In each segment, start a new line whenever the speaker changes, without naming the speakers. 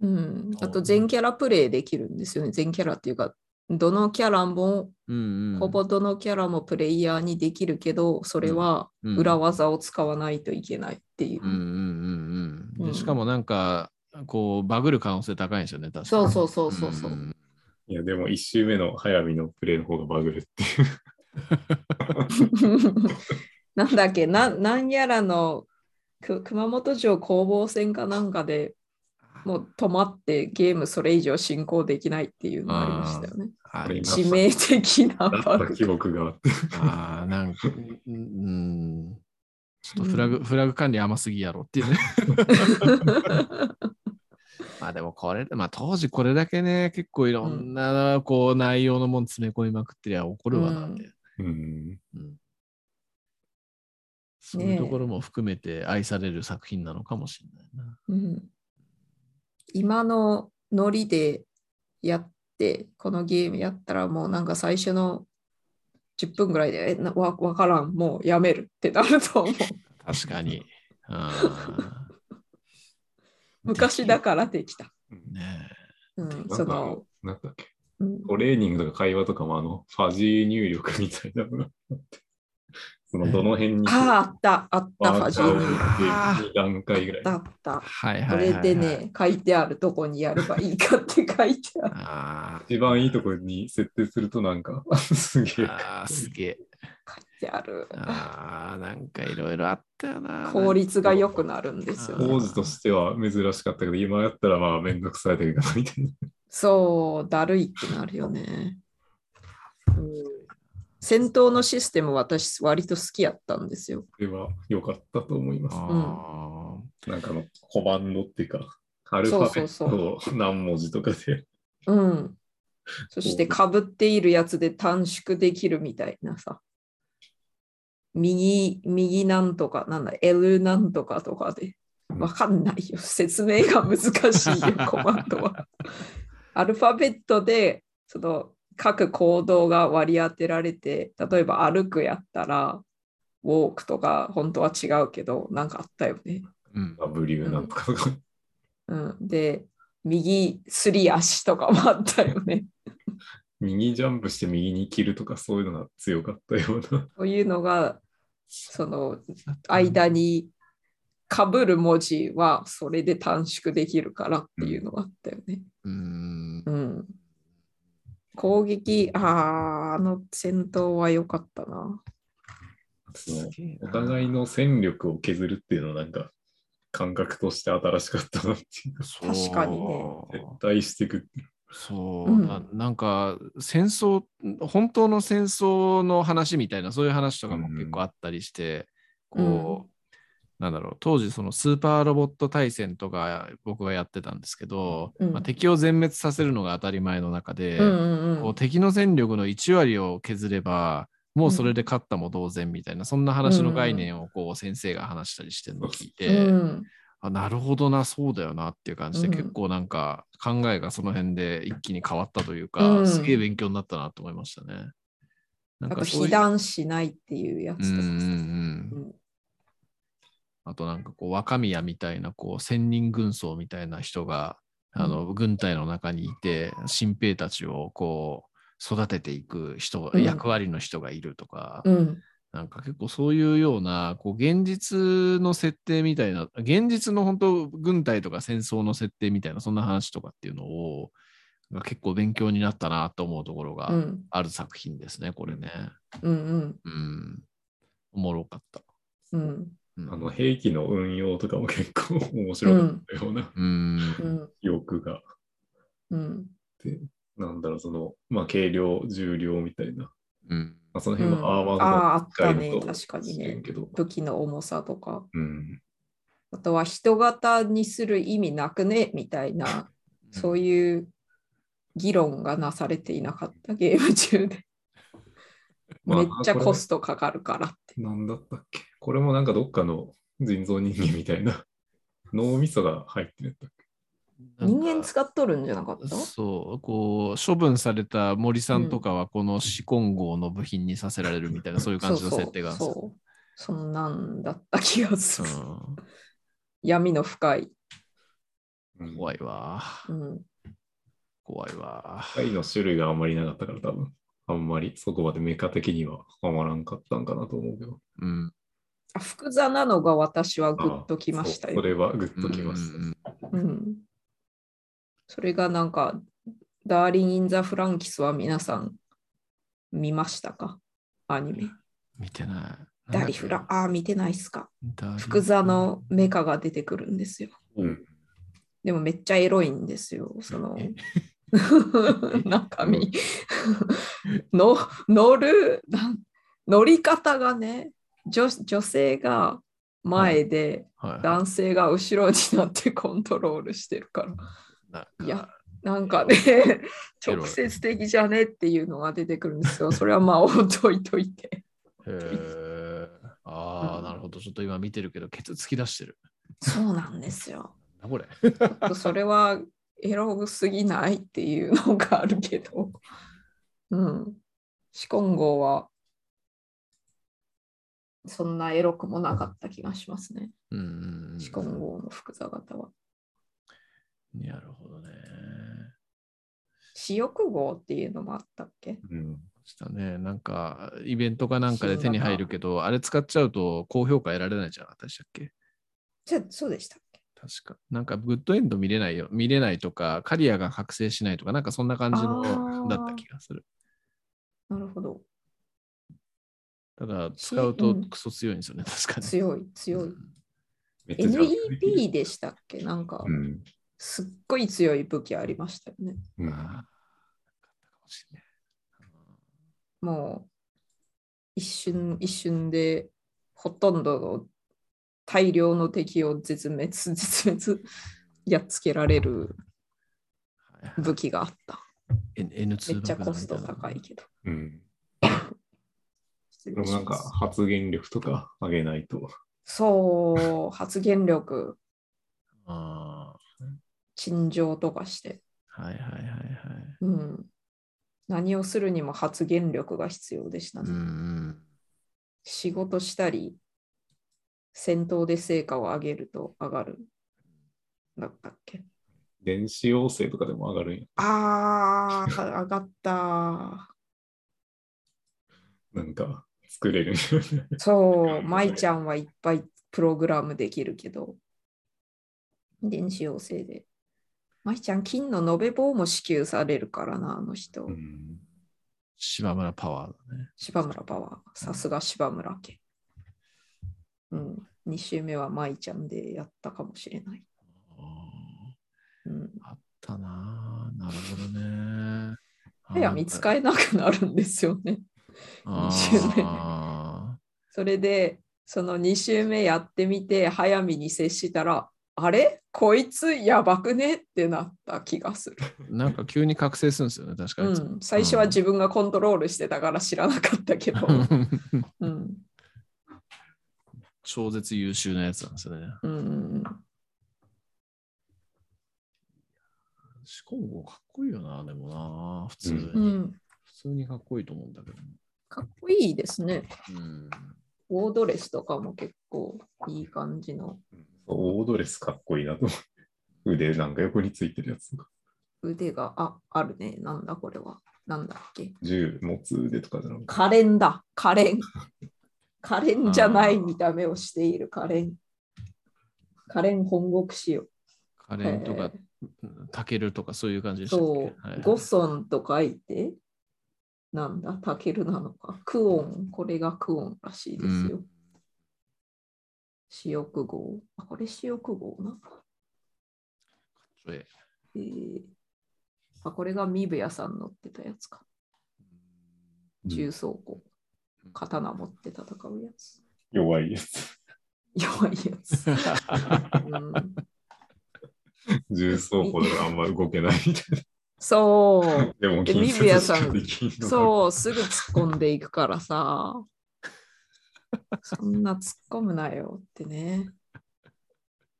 うん、あと全キャラプレイできるんですよね。全キャラっていうか、どのキャラも、
うんうん、
ほぼどのキャラもプレイヤーにできるけど、それは
うん
裏技を使わないといけないっていう。
うんうんうんうん
う
で。
ん
しかもなんか、こう、バグる可能性高いんですよね、確かに。
そうそうそうそうそう。
ん
いや、でも1周目の早見のプレイの方がバグるっていう。
なんだっけな、なんやらのく熊本城攻防戦かなんかでもう止まってゲームそれ以上進行できないっていうのがありましたよね。
あ
これ
ります
ー
致命的な
なっ
バ
た
グ。
記憶があって。
あーなんか、うんうん、ちょっとフラグ、フラグ管理甘すぎやろっていうね。 まあでもこれ、まあ当時これだけね、結構いろんなこう内容のもん詰め込みまくってりゃ怒るわなって。
うん。
うんそういうところも含めて愛される作品なのかもしれないな。
うん、今のノリでやって、このゲームやったらもうなんか最初の10分ぐらいでえなわわからん、もうやめるってなると 思う。
確か に。あー
昔だからできた。
ねえ
うん、
な
そ
んか
の、、
なんだっけ、
うん
トレーニングとか会話とかも、あの、ファジー入力みたいなのがあって、その、どの辺に、
ああ、あった、あった、
バー
初
ジョ
め
ン
に。
あー
2段階ぐらい。
あった、あった。
はい
こ
はいはい、
れ
はい。
でね、書いてあるとこにやればいいかって書いてある。
あー
一番いいとこに設定するとなんか、 すげえ。
あーすげえ。
書いてある。
ああ、なんかいろいろあったよな。
効率が良くなるんですよ
あー
ね。
当時としては珍しかったけど、今やったらまあめんどくさいだけかなみたいな。
そう、だるいってなるよね。うん戦闘のシステム私割と好きやったんですよ。
それは良かったと思います。
あ
なんかあのコマンドっていうか、アルファベットを何文字とか で。
うん。そしてかぶっているやつで短縮できるみたいなさ。右、右なんとか、なんだ、L なんとかとかで。わかんないよ。説明が難しいよ、コマンドは。アルファベットで、その、各行動が割り当てられて、例えば歩くやったら、ウォークとか、本当は違うけど、なんかあったよね。
ーうん
あ、ブリューなんとかとか。
うん、で、右、すり足とかもあったよね。
右ジャンプして右に切るとかそういうのが強かったような。
というのが、その間にかぶる文字はそれで短縮できるからっていうのがあったよね。
うん
うん。攻撃、ああ、あの戦闘は良かったな。
そのお互いの戦力を削るっていうのはなんか感覚として新しかったなっていう。
確かにね
絶対していく。
そう、
うん
ななんか戦争本当の戦争の話みたいなそういう話とかも結構あったりして、
うん
こうなんだろう当時そのスーパーロボット対戦とか僕がやってたんですけど、
うん
まあ、敵を全滅させるのが当たり前の中で、
うんうんう。
こうん敵の戦力の1割を削ればもうそれで勝ったも同然みたいな、そんな話の概念をこう先生が話したりしてるのを聞いて、
うん
あなるほどなそうだよなっていう感じで、
うん
結構なんか考えがその辺で一気に変わったというか、
うん
すげえ勉強になったなと思いましたね。なん
あと、
そ
被
ういう
弾しないっていうや
うん
つ
う
と
ん
かさ。
うん
うん
あとなんかこう若宮みたいなこう千人軍曹みたいな人があの軍隊の中にいて新兵たちをこう育てていく人、
うん
役割の人がいるとか、
うん
なんか結構そういうようなこう現実の設定みたいな現実の本当軍隊とか戦争の設定みたいなそんな話とかっていうのをが結構勉強になったなと思うところ
う
が
ん
ある作品ですね、これね。
うん
うん。おもろかった。
うん
うん
あの兵器の運用とかも結構面白かったような
うん
うん
記憶が。
うん
なんだろう、その、まあ、軽量、重量みたいな。
うん
まあ、その辺
うん
はアーマーと
あーあ
か
ったね
使えると
確かにね
知れんけど。
武器の重さとか。
うん。
あとは人型にする意味なくねみたいな、そういう議論がなされていなかったゲーム中で。
まあ
めっちゃコストかかるからって。
なんだったっけこれもなんかどっかの人造人間みたいな。脳みそが入ってるんだっけ
人間
つ
使っとるんじゃなかった
そう、こう、処分された森さんとかは、このシコン号の部品にさせられるみたいな、そういう感じの設定があるんです
そう
よ。
そう。そんなんだった気がする。
うん
闇の深い
うん
怖いわ。
うん。
怖いわ。
貝の種類があんまりなかったから多分、あんまりそこまでメカ的にははまらんかったんかなと思うけど。
うん。
あ複座なのが私はグッときました
そうそ
よ。
れはグッときまし
うんうんうん
うん。それがなんか、ダーリン・イン・ザ・フランキスは皆さん見ましたかアニメ。
見てない。
ダリフラ、ああ、見てないっすか。
ダリフ
福座のメカが出てくるんですよ。
た。うん。
でもめっちゃエロいんですよ。その
え
中身 の乗るなん乗り方がね女、女性が前で
はい
男性が後ろになってコントロールしてるから。
なんか
いやなんかね、
エロい
直接的じゃねっていうのが出てくるんですよ。それは まあ置いといて。
へーあ
う
あ、
ん
なるほど。ちょっと今見てるけど、ケツ突き出してる。
そうなんですよ。
なんだこれ。
それはエロすぎないっていうのがあるけど、 うん、シコン号はそんなエロくもなかった気がしますね。
うんうんうん。
シコン号の福座型は。
なるほどね。
私欲号っていうのもあったっけ
うん。
したね。なんか、イベントかなんかで手に入るけど、あれ使っちゃうと高評価得られないじゃなかったでしたっけ
じゃあそうでしたっけ
確か。なんか、グッドエンド見れないよ。見れないとか、カリアが覚醒しないとか、なんかそんな感じ
あ
の
ー
だった気がする。
なるほど。
ただ、使うと
うん
クソ強いんですよね、確かに。
強い強 い。
めっちゃ邪悪
NEP でしたっけなんか
うん。
すっごい強い武器ありましたよね。
あー
うん
なかったかもしれない
もう一瞬一瞬でほとんどの大量の敵を絶滅 絶滅やっつけられる
はいはい
武器があった。
N- N2
めっちゃコスト
爆弾みた
高
い
い
な。
けど。
うん。
失
で
礼
も
し
なん
ま
か
す
発言力とか上げないと。
そう、発言力、
あ
陳情とかして、
あ、はいはいはいはい。
うん。何をするにも発言力が必要でした
うん
ね。
うん。
仕事したり、戦闘で成果を上げると上がる。だったっけ
電子要請とかでも上がるんや。
あ あ、上がった。
なんか作れる。
そう、舞ちゃんはいっぱいプログラムできるけど、電子要請で。舞ちゃん、金の延べ棒も支給されるからな、あの人
う。ん。
島村パワーだね。
柴村パワー、さすが柴村家。うん、2週目は舞ちゃんでやったかもしれない。
あ
うん、
ーあったなあ。なるほ どね。
早見使えなくなるんですよね。
あ
20年
あ
それで、その2週目やってみて、早見に接したら、あれこいつやばくねってなった気がする。
ー。なんか急に覚醒するんですよね、確か
う
に。
ん、最初は自分がコントロールしてたから知らなかった けど、うん
超絶優秀なやつなんですよね。
うんうん、
シコンゴかっこいいよな、でもな。普通に、
う
うん
普通にかっこいいと思うんだけど。
かっこいいですね。
うん。
オードレスとかも結構いい感じの
そうオードレスかっこいいなと思う。腕なんか横についてるやつとか。
腕がああるね。なんだこれは。なんだっけ。
銃持つ腕とかじゃなくて。
可憐だ。可憐。可憐じゃない見た目をしている可憐。可憐本国師よ。
カレンとか
え、
タケルとかそういう感じでしたっけ
そう、
はい
ゴソンと書いて、なんだ、タケルなのか。クオン、これがクオンらしいですよ。四翼号。あ、これ四翼号な。
それ
えーあ、これがミブヤさん乗ってたやつか。重装甲。刀持って戦うやつ。
弱いやつ。
弱いや つ。うん、
重装歩ではあんま動けないみたい
そう。
な。でも、
で
近接
ミブヤさん
しかできのか
そう、すぐ突っ込んでいくからさ。そんな突っ込むなよってね。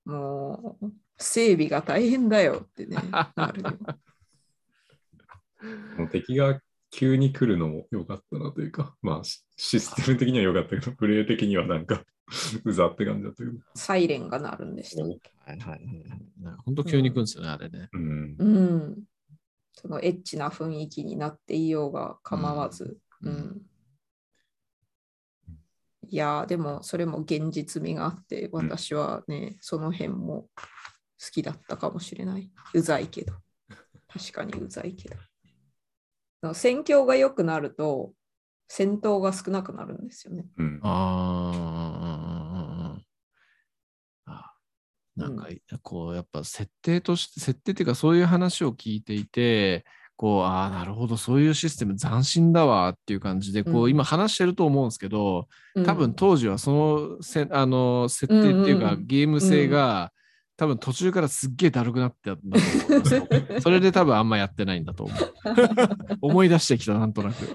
もう、整備が大変だよってね。なるよ
もう敵が急に来るのも良かったなというか、まあ、シシステム的には良かったけど、プレイ的にはなんか、 うざって感じだったけど。
サイレンが鳴るんでした。
はいはいはいはい。本当急に来るんですよね、あれね。
うん。
うん。そのエッチな雰囲気になっていようが構わず。うん。いやー、でもそれも現実味があって、
ん
私はね、その辺も好きだったかもしれない。うざいけど。確かにうざいけど。その戦況が良くなると、戦闘が少なくなるんですよね。
うん。
あーあ、なんか、こう、やっぱ設定として、設定っていうか、そういう話を聞いていて、こう、ああ、なるほど、そういうシステム斬新だわっていう感じで、こ
う
う、
ん
今話してると思うんですけど、
うん
多分当時はそのせ、あの、設定っていう
うん
か
う、ん
ゲーム性が、多分途中からすっげえだるくなってたんだと思うんですよ それで多分あんまやってないんだと思う。思い出してきた、なんとなく。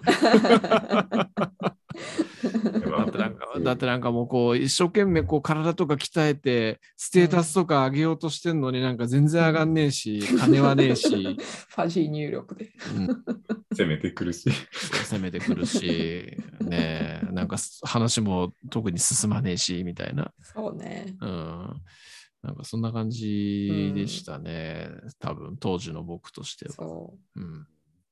ま
だ
あ
ってなんか、だってなんかもうこう、一生懸命こう体とか鍛えて、ステータスとか上げようとしてんのになんか全然上がんねえし、金はねえ し、
ファジー入力で。
うん、
攻めてくるし。
攻めてくるし、ねえ、なんかす話も特に進まねえし、みたいな。
そうね。
うん。なんかそんな感じでしたね。多分、当時の僕としては。
そう。
うん。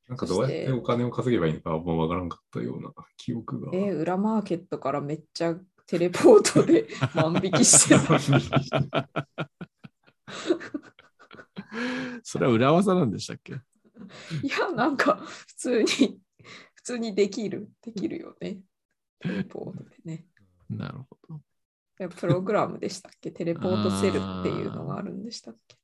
なんかどうやってお金を稼げばいいのかあんまわからんかったような記憶が。
えー裏マーケットからめっちゃテレポートで 万引きしてた。
それは裏技なんでしたっけ
いや、なんか普通に、普通にできる、できるよね。テレポートでね。
なるほど。
いやプログラムでしたっけテレポートセルっていうのがあるんでしたっけ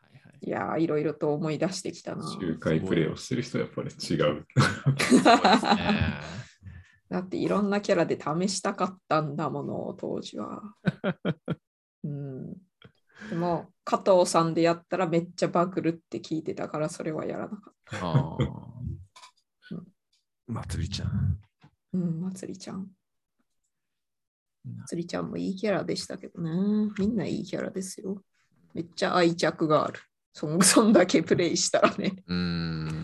はいはい
いやー、いろいろと思い出してきたな。
周回プレイをしてる人はやっぱり違う。
そうですね
だっていろんなキャラで試したかったんだもの、当時 は。うん、でも、加藤さんでやったらめっちゃバグるって聞いてたから、それはやらなかった。
あ
う
あ
ん。
まつりちゃん。
うん、まつりちゃん。
な
まつりちゃんもいいキャラでしたけどね。みんないいキャラですよ。めっちゃ愛着がある。そん そんだけプレイしたらね。
うーん。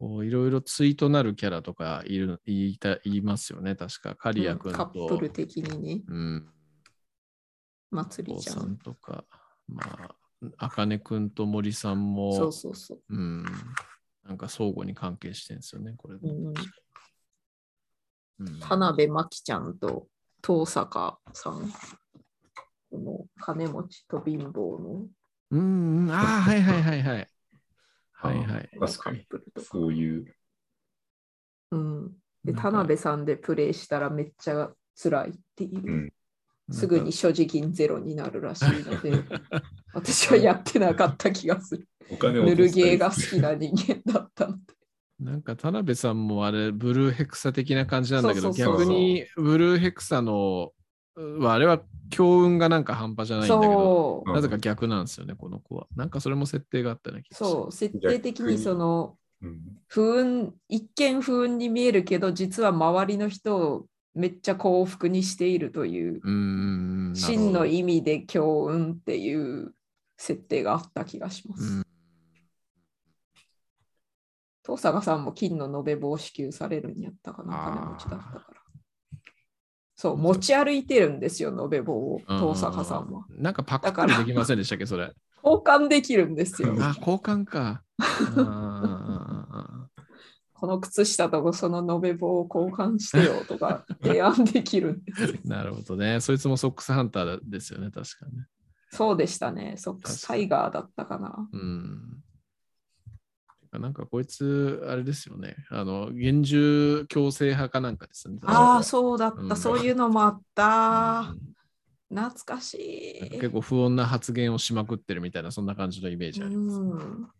こういろいろ対となるキャラとかいるいたいますよね、確か。カリア君
カ
と、
ップル的にね。
うん、
まつり
坊
ちゃ
さ
ん。
んとか、まあ、あかね君と森さんも、
そうそうそう。
うん、なんか相互に関係してるんですよね、これ。
うん、
うん
田辺真紀ちゃんと遠坂さん。この金持ちと貧乏の
うん、うんああ、はいはいはい はい。はいはい。
確
カ
か
ッ
に。
プルとか。
そういう。
うん、で
なん
田
か
辺さんでプレイしたらめっちゃ辛いっていう。
うん
すぐに所持金ゼロになるらしいので、私はやってなかった気がする。
お金を
ぬ
落と
る
したり
ゲーが好きな人間だったので。
なんか田辺さんもあれブルーヘクサ的な感じなんだけ
そ
ど
うそうそう
逆にブルーヘクサのうあれは強運がなんか半端じゃないんだけど
そう、
う
なぜか逆なんですよねこの子はなんかそれも設定があったような気がする
そう、設定的
逆
に
に
その
うん
不運、一見不運に見えるけど、実は周りの人をめっちゃ幸福にしているという、
うーんなるほど
真の意味で強運っていう設定があった気がしま
う
す。
ん
遠坂さんも金の延べ棒支給されるんやったかな、
あー
金持ちだったから。そう、持ち歩いてるんですよ、延べ棒を、
うん
遠坂さんは。
なんかパクったりできませんでしたっけそれあ
交換できるんですよ。
交換かあー
この靴下とその延べ棒を交換してよとか提案できるん です。
なるほどねそいつもソックスハンターですよね確かね
そうでしたね。ソックスタイガーだったかな。
うん。なんかこいつ、あれですよね。あの、厳重強制派かなんかですね。
ああ、そうだった、
うん
そういうのもあった。
うん
懐かし
なんか
い
結。構不穏な発言をしまくってるみたいな、そんな感じのイメージあります。
うん
うん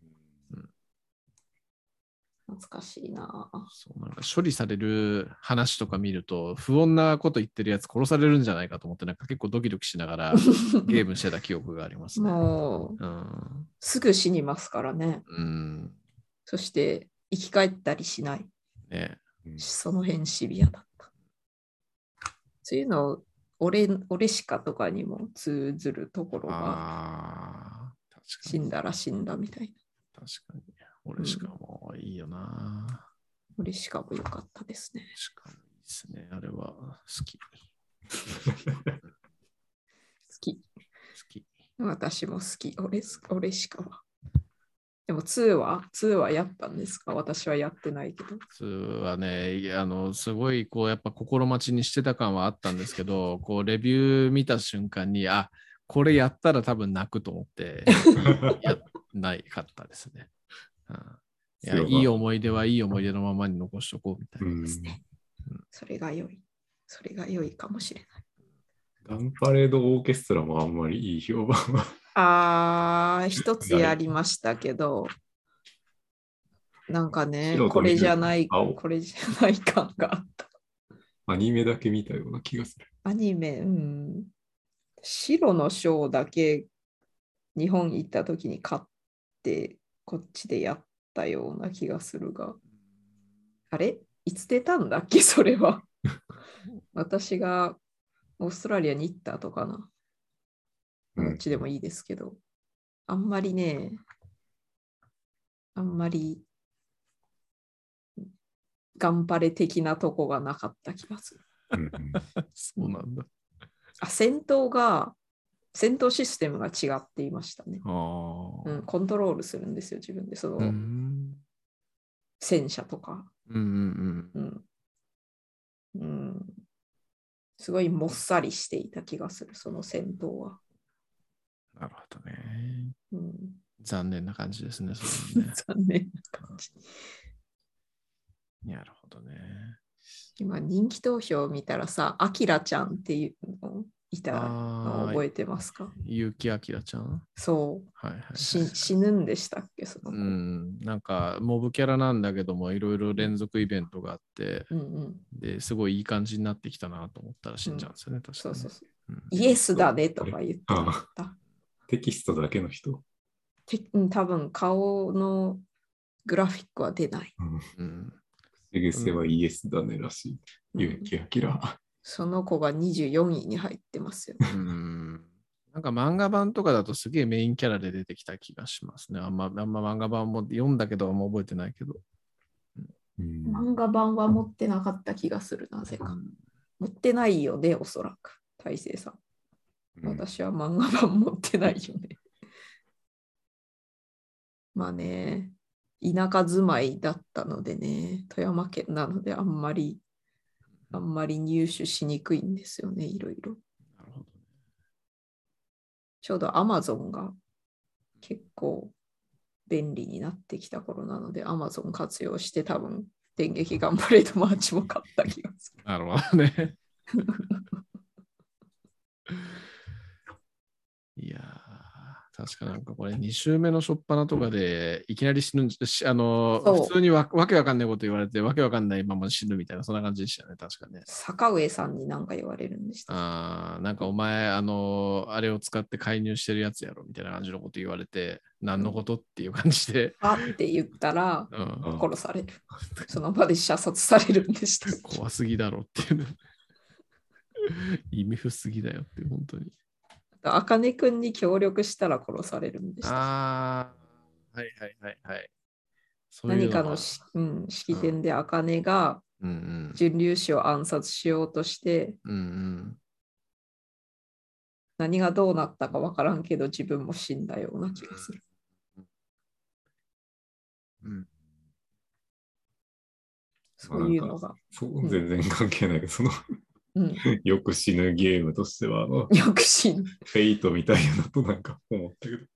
懐かしいな。
そうなんか処理される話とか見ると、不穏なこと言ってるやつ殺されるんじゃないかと思って、なんか結構ドキドキしな がらゲームしてた記憶がありますね。
もう
うん。
すぐ死にますからね。
うん。
そして生き返ったりしない。
ね。
その辺シビアだった。そういうの、俺、俺しかとかにも通ずるところが
ああ。確確か
死
に。
んだら死んだみたいな。
確かに。俺しかもういいよな。
俺しかも良かったですね。
しかもいいですね。あれは好き。好
好き。
き。
私も好き。俺す俺しかは。でも2は ?2 はやったんですか私はやってないけど。
普通はね、いやあの、すごい、こう、やっぱ心待ちにしてた感はあったんですけど、 こう、レビュー見た瞬間に、あ、これやったら多分泣くと思って、やないかったですね。うん、いや
強
い
が
い思い出はいい思い出のままに残しとこうみたいな。
うん
ですね。それが良い。それが良いかもしれない。
ガンパレードオーケストラもあんまりいい評判 は。
あー、一つやりましたけど、なんかね
白と、緑
これじゃない、
青
これじゃない感があった。
アニメだけ見たような気がする。
アニメ、うん。白のショーだけ日本行った時に買って、こっちでやったような気がするが。あれいつ出たんだっけそれ は。私がオーストラリアに行った後かな。
うん
どっちでもいいですけど、あんまりね、あんまり頑張れ的なとこがなかった気がする。
うんうん
そうなんだ。
あ、戦闘が、戦闘システムが違っていましたね。
あ
う
あ。
ん、コントロールするんですよ、自分で。その、
うん。
戦車とか。
うんうん
うん。うん。すごいもっさりしていた気がする、その戦闘は。
うん。なるほどね。
うん、
残念な感じですね。それはね
残念な感じ。
なるほどね。
今、人気投票を見たらさ、アキラちゃんっていうのいたの
ああ
覚えてますか
結城あきらちゃん
そ
はいはいは
う
い。
し、死ぬんでしたっけ、その
う
子。
ん、なんかモブキャラなんだけどもいろいろ連続イベントがあって
うんうん、
ですごいいい感じになってきたなと思ったら死んじゃうんですよね、確か
そう
に
そう
ね、
そう。
うん
イエスだねとか言ってなかった。
テキストだけの人。
てうん多分顔のグラフィックは出ない。
うん
口癖はイエスだねらし
うん
い。結城明。
その子が24位に入ってますよ。
うんなんか漫画版とかだとすげえメインキャラで出てきた気がしますね。あんまあんま漫画版も読んだけどあんま覚えてないけど。
うん
漫画版は持ってなかった気がする、なぜか。持ってないよね、おそらく。大成さん。
うん
私は漫画版持ってないよね。 まあね、田舎住まいだったのでね、富山県なのであんまり、あんまり入手しにくいんですよね、いろいろ。
なるほど。
ちょうど Amazon が結構便利になってきた頃なので、Amazon 活用して多分、電撃ガンプレートマーチも買った気がする。
なるほどね。いやー、確かなんかこれ2週目の初っ端とかでいきなり死ぬんじし、あの
そう
ー、普通にわわけわかんないこと言われて、わけわかんないまま死ぬみたいな、そんな感じでしたよね、確かね。
坂上さんに何か言われるんでした。
あーなんかお前、あのー、あれを使って介入してるやつやろみたいな感じのこと言われて、何のことっていう感じで、
あって言ったら
うん、
あ
殺される。 その場で射殺されるんで した。
怖すぎだろっていうね。意味不すぎだよって、本当に。
あかねくんに協力したら殺されるんでした。
ああ、はいはいはいはい。そういう
何か
が
のし、うん、式典であかねが
うん
純粒子を暗殺しようとして、
うん。うん
何がどうなったかわからんけど自分も死んだような気がする。
うん。うん
そういうのが。
そう全然関係ないけど、その
うん、
よく死ぬゲームとしては、あの、
よく死ん
フェイトみたいなとなんか思ったけど、確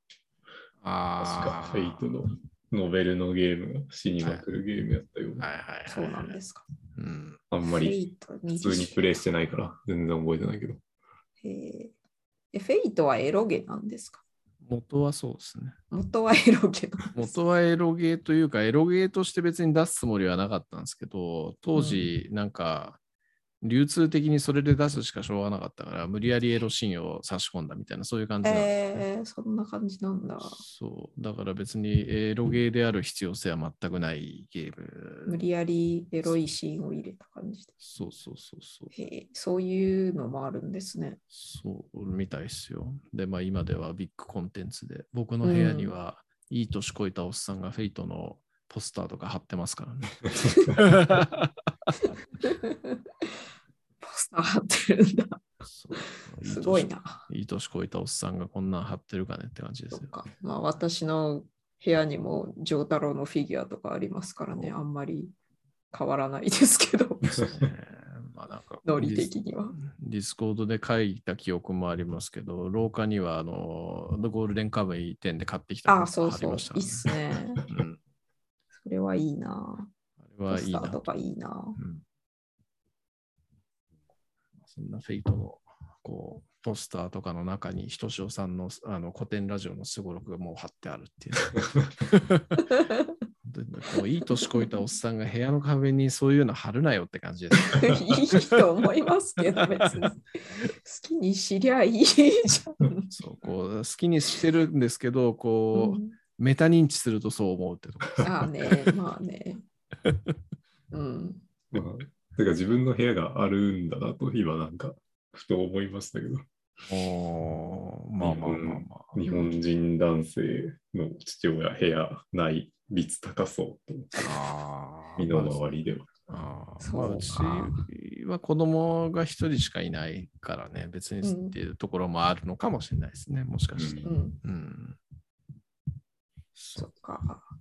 か
ああ。
フェイトのノベルのゲームが死にまくるゲームやったような。
はいはいはいはい。
そうなんですか。
うん。
あんま
フェ
り
イト
普通にプレイしてないから、全然覚えてない けど。
へーえフェイトはエロゲなんですか
元はそうですね。
元はエロゲなんです
元はエロゲーというか、エロゲーとして別に出すつもりはなかったんですけど、当時、なんか、流通的にそれで出すしかしょうがなかったから、無理やりエロシーンを差し込んだみたいな、そういう感じなんだ
えー、そんな感じなんだ。
そう。だから別にエロゲーである必要性は全くないゲー
無
ム。
理やりエロいシーンを入れた感じで。
そうそうそうそう。
へえそういうのもあるんですね。
そう、みたいですよ。で、まあ今ではビッグコンテンツで、僕の部屋には、いい年こいたおっさんがフェイトのポスターとか貼ってま すからね。
ポスター貼ってるんだ。
そう
すごい。な。
いい年こいたおっさんがこんなん貼ってるかねって感じです
そ
よ
っ。か。まあ私の部屋にも丈太郎のフィギュアとかありますからね、あんまり変わらないですけ ど、
ねまあなんか
ノリ的には。
ディスコードで書いた記憶もありますけど、廊下にはあのゴールデンカムイ店で買ってきた
あ
ポ
あ、
スタ
そ
ー
う
貼り
そう。いいっ
ましたか
すね。
らねうん
それはいいな。
あれ
ポ
はい
ス
い
タ
な
ーとかいいな。
うんそんなフェイトのこうポスターとかの中にひとしおさんのあの古典ラジオのすごろくがもう貼ってあるっていう。 本当にねこういい年こいたおっさんが部屋の壁にそういうの貼るなよって感じです。
いいと思いますけど、別に。好きに知りゃいいじゃん。
そうこう好きにしてるんですけど、こう、
うん
メタ認知するとそう思うってとこ。
ああね、まあね。 うん。
でも、てか自分の部屋があるんだなと、今なんか、ふと思いましたけど、
おまあまあまあまあ。
日本人男性の父親、部屋ない率高そうと、
あー
身の回りでは。
ああ
そうか
まあうちは子供が一人しかいないからね、別に
うん
っていうところもあるのかもしれないですね、もしかして
う。ん。
うん。そ
そうっか。